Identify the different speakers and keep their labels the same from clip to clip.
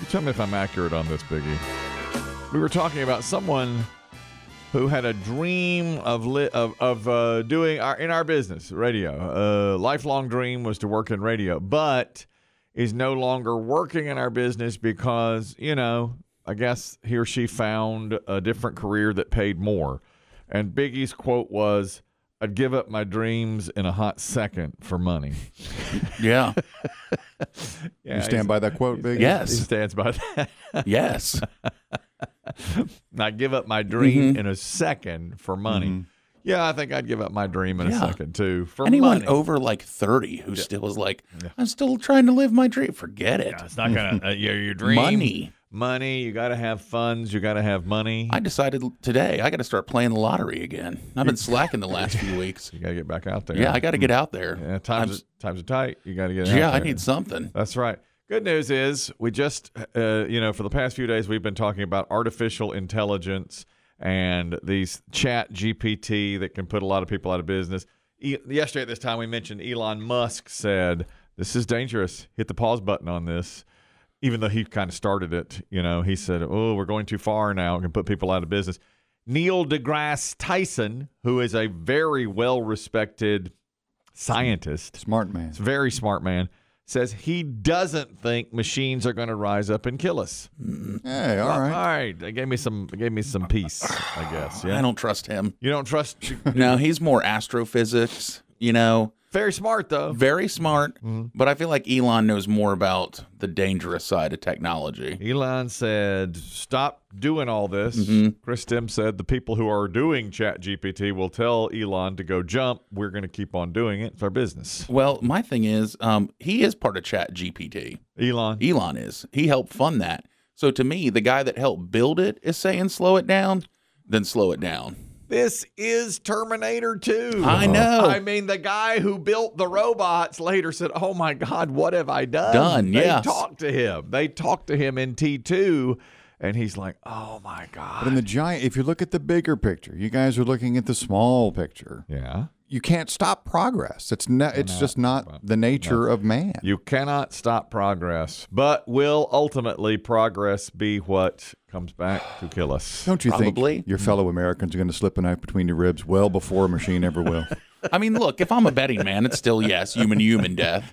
Speaker 1: You tell me if I'm accurate on this, Biggie. We were talking about someone who had a dream of li- of, of uh, doing our in our business radio. Uh, lifelong dream was to work in radio, but is no longer working in our business because you know I guess he or she found a different career that paid more. And Biggie's quote was, "I'd give up my dreams in a hot second for money."
Speaker 2: Yeah.
Speaker 1: Yeah,
Speaker 3: You stand
Speaker 1: he's-
Speaker 3: by that quote, Big?
Speaker 1: He
Speaker 2: yes.
Speaker 1: stands by that.
Speaker 2: yes.
Speaker 1: I give up my dream
Speaker 2: Mm-hmm.
Speaker 1: in a second for money. Yeah, I think I'd give up my dream in a
Speaker 2: Yeah.
Speaker 1: second too for
Speaker 2: Anyone
Speaker 1: money.
Speaker 2: over like 30 who still is like, I'm still trying to live my dream. Forget it.
Speaker 1: It's not gonna uh, your, your dream.
Speaker 2: Money.
Speaker 1: money. You got to have funds. You got to have money.
Speaker 2: I decided today I got to start playing the lottery again. I've been slacking the last few weeks.
Speaker 1: you got to get back out there.
Speaker 2: Yeah, I got to get out there.
Speaker 1: Yeah, times times are tight. You got to get.
Speaker 2: I'm- yeah,
Speaker 1: out
Speaker 2: I
Speaker 1: there.
Speaker 2: need something.
Speaker 1: That's right. Good news is we just, uh, you know, for the past few days, we've been talking about artificial intelligence and these chat GPT that can put a lot of people out of business. E- yesterday at this time, we mentioned Elon Musk said, This is dangerous. Hit the pause button on this. Even though he kind of started it, you know, he said, Oh, we're going too far now. It can put people out of business. Neil deGrasse Tyson, who is a very well respected scientist,
Speaker 3: Smart man.
Speaker 1: it's a very smart man, says he doesn't think machines are going to rise up and kill us.
Speaker 3: Hey, all right.
Speaker 1: All right, they gave me some, they gave me some peace, I guess. Yeah,
Speaker 2: I don't trust him.
Speaker 1: you don't trust.
Speaker 2: No, he's more astrophysics, you know,
Speaker 1: very smart though.
Speaker 2: very smart,
Speaker 1: Mm-hmm.
Speaker 2: but I feel like Elon knows more about the dangerous side of technology.
Speaker 1: Elon said, "Stop doing all this."
Speaker 2: Mm-hmm.
Speaker 1: Chris Tim said, "The people who are doing Chat GPT will tell Elon to go jump. We're going to keep on doing it. It's our business."
Speaker 2: Well, my thing is, um, he is part of Chat GPT.
Speaker 1: Elon,
Speaker 2: Elon is. He helped fund that. So to me, the guy that helped build it is saying slow it down, then slow it down.
Speaker 1: this is Terminator 2.
Speaker 2: I know.
Speaker 1: I mean, the guy who built the robots later said, "Oh my God, what have I done?"
Speaker 2: Done,
Speaker 1: They
Speaker 2: yes.
Speaker 1: talked to him. They talked to him in T two, and he's like, "Oh my
Speaker 3: But
Speaker 1: God."
Speaker 3: in the giant, if you look at the bigger picture, you guys are looking at the small picture.
Speaker 1: yeah.
Speaker 3: You can't stop progress. It's not. It's just not the nature of man.
Speaker 1: You cannot stop progress, but will ultimately progress be what comes back to kill us?
Speaker 3: Don't you
Speaker 2: Probably.
Speaker 3: think your fellow Americans are going to slip a knife between your ribs well before a machine ever will?
Speaker 2: I mean, look, if I'm a betting man, it's still yes, human to human death.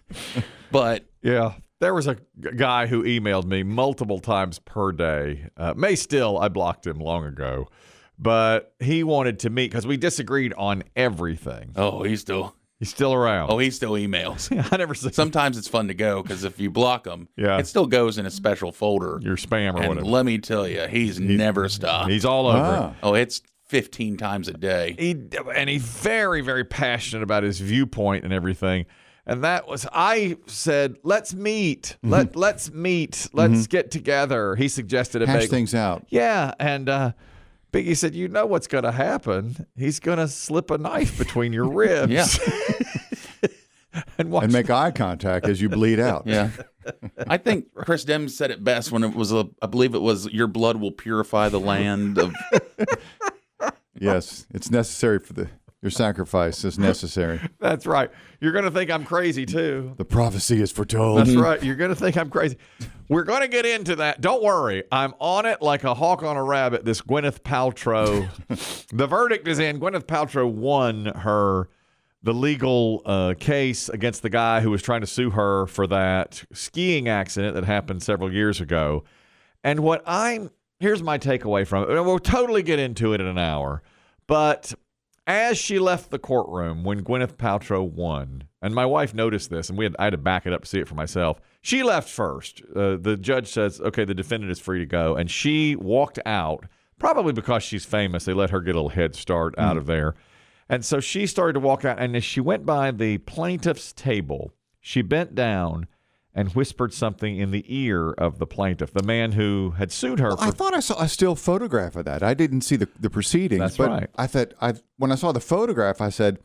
Speaker 2: But
Speaker 1: Yeah. There was a g- guy who emailed me multiple times per day. Uh, may still, I blocked him long ago, but he wanted to meet because we disagreed on everything.
Speaker 2: oh, he still
Speaker 1: He's still around.
Speaker 2: oh he still emails.
Speaker 1: I never see
Speaker 2: Sometimes it's fun to go because if you block them,
Speaker 1: Yeah.
Speaker 2: it still goes in a special folder.
Speaker 1: your spam or
Speaker 2: and
Speaker 1: whatever.
Speaker 2: let me tell you, he's never stopped.
Speaker 1: He's all over.
Speaker 3: Ah.
Speaker 1: it.
Speaker 2: oh, it's 15 times a day.
Speaker 1: He and he's very very passionate about his viewpoint and everything. And that was I said, let's meet.
Speaker 3: Mm-hmm.
Speaker 1: Let let's meet. Let's get together. He suggested a
Speaker 3: Hash
Speaker 1: bagel.
Speaker 3: things out.
Speaker 1: Yeah, and uh, Biggie said, "You know what's going to happen? He's going to slip a knife between your ribs."
Speaker 2: Yeah.
Speaker 1: and watch.
Speaker 3: and make eye contact as you bleed out.
Speaker 2: Yeah. I think Chris Dem said it best when it was, a, I believe it was, your blood will purify the land of.
Speaker 3: Yes, it's necessary for the your sacrifice is necessary.
Speaker 1: That's right. You're going to think I'm crazy too.
Speaker 3: The prophecy is foretold.
Speaker 1: That's right. You're going to think I'm crazy. We're going to get into that. Don't worry. I'm on it like a hawk on a rabbit. This Gwyneth Paltrow. the verdict is in. Gwyneth Paltrow won her the legal uh, case against the guy who was trying to sue her for that skiing accident that happened several years ago. And what I'm here's my takeaway from it. and We'll totally get into it in an hour. But as she left the courtroom when Gwyneth Paltrow won, and my wife noticed this, and we had I had to back it up to see it for myself. She left first. Uh, the judge says, "Okay, the defendant is free to go," and she walked out. Probably because she's famous, they let her get a little head start out of there. And so she started to walk out, and as she went by the plaintiff's table, she bent down and whispered something in the ear of the plaintiff, the man who had sued her.
Speaker 3: Oh, I
Speaker 1: for,
Speaker 3: thought I saw a still photograph of that. I didn't see the, the proceedings,
Speaker 1: That's
Speaker 3: but
Speaker 1: right.
Speaker 3: I thought I when I saw the photograph, I said,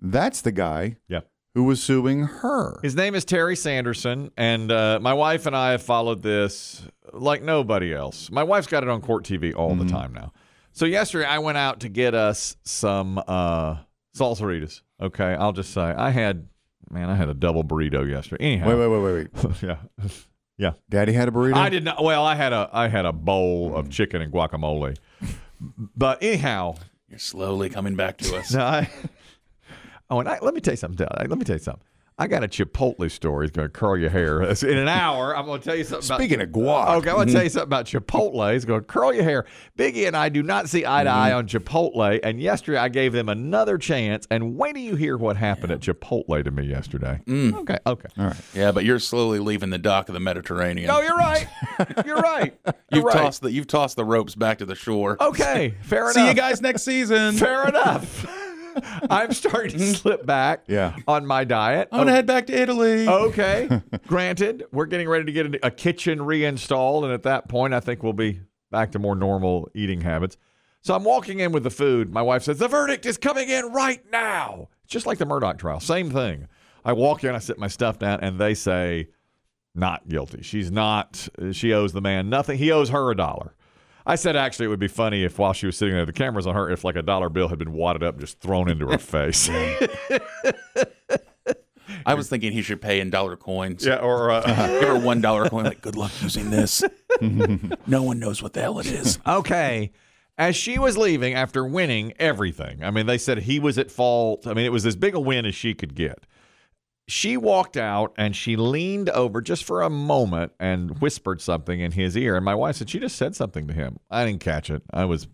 Speaker 3: "That's the guy
Speaker 1: yeah.
Speaker 3: who was suing her."
Speaker 1: His name is Terry Sanderson, and uh, my wife and I have followed this like nobody else. My wife's got it on court TV all
Speaker 3: Mm-hmm.
Speaker 1: the time now. So yesterday I went out to get us some uh, salsaritas. Okay, I'll just say I had, man, I had a double burrito yesterday. Anyhow,
Speaker 3: Wait, wait, wait, wait, wait.
Speaker 1: yeah,
Speaker 3: Daddy had a burrito.
Speaker 1: I did not. Well, I had a I had a bowl of chicken and guacamole. But anyhow,
Speaker 2: You're slowly coming back to us.
Speaker 1: no, I, oh, and I, let me tell you something. Dale. Let me tell you something. I got a Chipotle story. It's going to curl your hair. It's in an hour, I'm going to tell you something. about-
Speaker 3: Speaking of guac,
Speaker 1: Okay, I'm going to tell you something about Chipotle. It's going to curl your hair. Biggie and I do not see eye to eye
Speaker 2: Mm-hmm.
Speaker 1: on Chipotle. And yesterday I gave them another chance. And wait till you hear what happened at Chipotle to me yesterday.
Speaker 2: Mm.
Speaker 1: Okay, okay.
Speaker 2: Yeah, but you're slowly leaving the dock of the Mediterranean.
Speaker 1: No, you're right. You're right. You're
Speaker 2: you've
Speaker 1: right.
Speaker 2: tossed the you've tossed the ropes back to the shore.
Speaker 1: Okay, fair
Speaker 2: See
Speaker 1: enough.
Speaker 2: you guys next season.
Speaker 1: Fair enough. I'm starting to slip back
Speaker 3: Yeah.
Speaker 1: on my diet.
Speaker 2: I'm gonna head back to Italy.
Speaker 1: Oh. Okay. Granted, we're getting ready to get a- a kitchen reinstalled, and at that point, I think we'll be back to more normal eating habits. So I'm walking in with the food. My wife says, The verdict is coming in right now. Just like the Murdoch trial, same thing. I walk in, I sit my stuff down, and they say, Not guilty. She's not, she owes the man nothing. He owes her a dollar. I said, actually, it would be funny if while she was sitting there, the cameras on her, if like a dollar bill had been wadded up and just thrown into her face.
Speaker 2: I was thinking he should pay in dollar coins.
Speaker 1: yeah, or uh,
Speaker 2: Give her one dollar coin. Like, good luck using this. no one knows what the hell it is.
Speaker 1: Okay. As she was leaving after winning everything, I mean, they said he was at fault. I mean, it was as big a win as she could get. She walked out and she leaned over just for a moment and whispered something in his ear. And my wife said she just said something to him. I didn't catch it. I was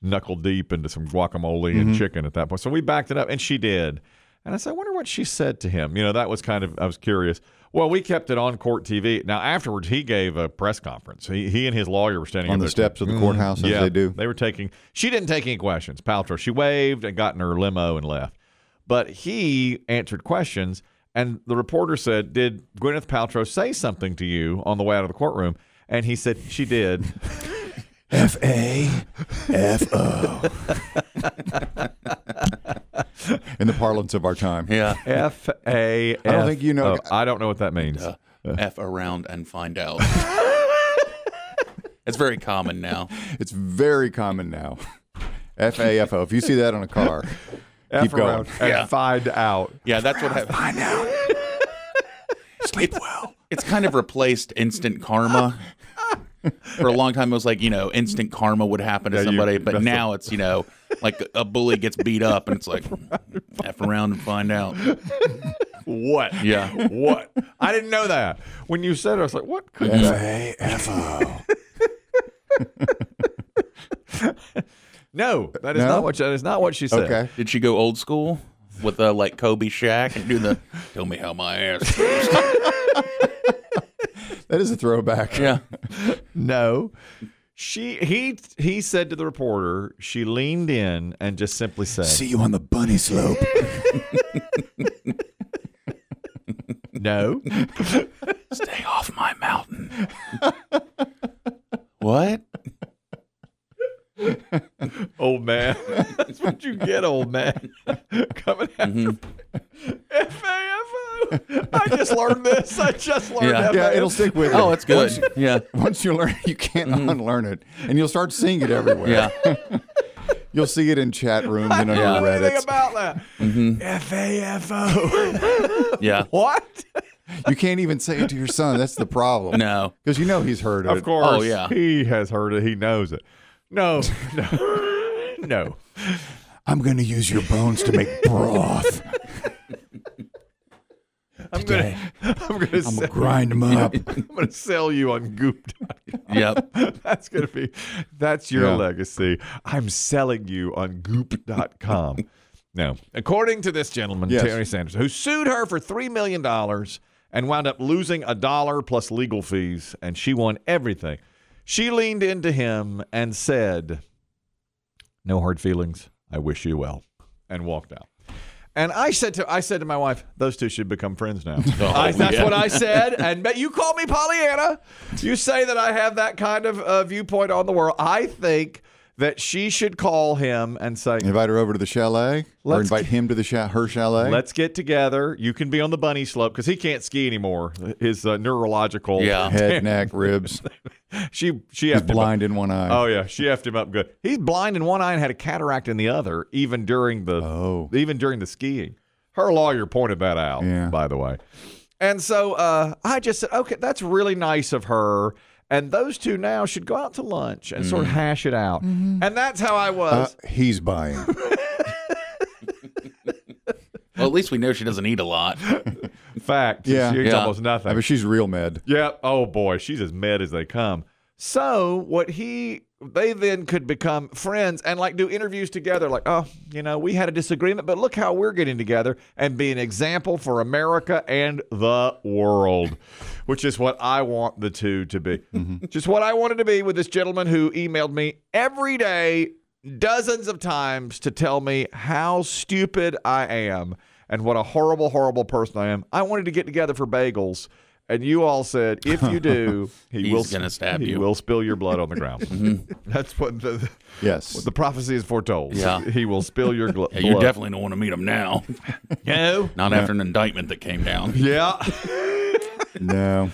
Speaker 1: knuckle deep into some guacamole
Speaker 3: Mm-hmm.
Speaker 1: and chicken at that point. So we backed it up and she did. And I said, I wonder what she said to him. You know, that was kind of, I was curious. Well, we kept it on court TV. Now, afterwards, he gave a press conference. He, he and his lawyer were standing
Speaker 3: on
Speaker 1: up
Speaker 3: the
Speaker 1: there.
Speaker 3: steps of the courthouse, as they do.
Speaker 1: They were taking. She didn't take any questions. Paltrow. She waved and got in her limo and left. But he answered questions, and the reporter said, "Did Gwyneth Paltrow say something to you on the way out of the courtroom?" And he said, "She did."
Speaker 3: F A F O. In the parlance of our time.
Speaker 2: Yeah.
Speaker 1: F A. Oh,
Speaker 3: I don't think you know- Uh,
Speaker 1: I don't know what that means.
Speaker 2: F around and find out. it's very common now.
Speaker 3: It's very common now. F A F O. If you see that on a car, keep
Speaker 1: F
Speaker 3: going.
Speaker 1: around and
Speaker 2: Yeah.
Speaker 1: find out.
Speaker 2: Yeah, that's what happened. I know. Sleep well. It's kind of replaced instant karma. For a long time, it was like you know, instant karma would happen to
Speaker 1: you-
Speaker 2: somebody, but
Speaker 1: that's
Speaker 2: now it's you know, like a bully gets beat up, and it's like f around and find out.
Speaker 1: What?
Speaker 2: Yeah,
Speaker 1: What? I didn't know that. When you said it, I was like, "What?" Could
Speaker 3: F A F O.
Speaker 1: no, that is
Speaker 3: No?
Speaker 1: not what. That is not what she said.
Speaker 3: Okay.
Speaker 2: Did she go old school with uh, like Kobe Shaq and do the "Tell me how my ass"? feels"?
Speaker 3: That is a throwback.
Speaker 2: yeah,
Speaker 1: No. She he he said to the reporter, she leaned in and just simply said,
Speaker 3: you on the bunny slope.
Speaker 1: "No."
Speaker 2: stay off my mountain. what?
Speaker 1: old man. That's what you get, old man. Coming after FAFO. I just learned this. I just learned
Speaker 2: Yeah.
Speaker 1: that.
Speaker 3: Yeah, it'll stick with you.
Speaker 2: Oh, it's
Speaker 3: Once,
Speaker 2: good. Yeah,
Speaker 3: once you learn, it, you can't unlearn it, and you'll start seeing it everywhere.
Speaker 2: yeah.
Speaker 3: You'll see it in chat rooms and under
Speaker 2: Yeah.
Speaker 1: Anything
Speaker 3: Reddit.
Speaker 1: about that? FAFO.
Speaker 2: Yeah.
Speaker 1: what?
Speaker 3: You can't even say it to your son. That's the problem.
Speaker 2: No.
Speaker 3: because you know he's heard it.
Speaker 1: Of course.
Speaker 2: Oh, yeah.
Speaker 1: He has heard it. He knows it. No. No. no.
Speaker 3: I'm going to use your bones to make broth.
Speaker 1: I'm going to I'm going to
Speaker 3: Grind them up.
Speaker 1: I'm going to sell you on Goop.com.
Speaker 2: Yep.
Speaker 1: That's going to be, that's your
Speaker 3: Yeah.
Speaker 1: legacy. I'm selling you on Goop.com. no. According to this gentleman,
Speaker 3: Yes.
Speaker 1: Terry Sanders, who sued her for $3 million and wound up losing a dollar plus legal fees, and she won everything, she leaned into him and said, No hard feelings. I wish you well, and walked out. And I said to I said to my wife, those two should become friends now.
Speaker 2: Oh,
Speaker 1: I, that's
Speaker 2: yeah.
Speaker 1: what I said. And but you call me Pollyanna. You say that I have that kind of uh, viewpoint on the world. I think that she should call him and say,
Speaker 3: Invite her over to the chalet, or
Speaker 1: Let's
Speaker 3: invite him to the cha- her chalet.
Speaker 1: "Let's get together. You can be on the bunny slope because he can't ski anymore. His uh, neurological.
Speaker 2: Yeah.
Speaker 3: Head, neck, ribs.
Speaker 1: She she
Speaker 3: He's
Speaker 1: has
Speaker 3: blind in one eye.
Speaker 1: Oh yeah, she effed him up good. He's blind in one eye and had a cataract in the other, even during the
Speaker 3: Oh.
Speaker 1: even during the skiing. Her lawyer pointed that out,
Speaker 3: Yeah.
Speaker 1: by the way. And so uh, I just said, okay, that's really nice of her. And those two now should go out to lunch and sort of hash it out. And that's how I
Speaker 3: Mm-hmm. Uh,
Speaker 1: was.
Speaker 3: he's buying.
Speaker 2: Well, at least we know she doesn't eat a lot.
Speaker 1: In fact,
Speaker 3: yeah.
Speaker 1: she eats
Speaker 2: Yeah.
Speaker 1: almost nothing.
Speaker 3: I mean, she's real med.
Speaker 1: Yep. Oh boy, she's as mad as they come. So what he they then could become friends and like do interviews together, like, oh, you know, we had a disagreement, but look how we're getting together and be an example for America and the world. Which is what I want the two to be. Just what I wanted to be with this gentleman who emailed me every day, dozens of times, to tell me how stupid I am and what a horrible, horrible person I am. I wanted to get together for bagels, and you all said, if you do, he
Speaker 2: He's
Speaker 1: will
Speaker 2: gonna stab
Speaker 1: he
Speaker 2: you." Mm-hmm.
Speaker 1: will spill your blood on the ground. That's what the
Speaker 3: Yes.
Speaker 1: what the prophecy is foretold.
Speaker 2: Yeah.
Speaker 1: he will spill your glo-
Speaker 2: Yeah, you
Speaker 1: blood.
Speaker 2: definitely don't want to meet him now.
Speaker 1: no.
Speaker 2: Not after an indictment that came down.
Speaker 1: Yeah.
Speaker 3: no.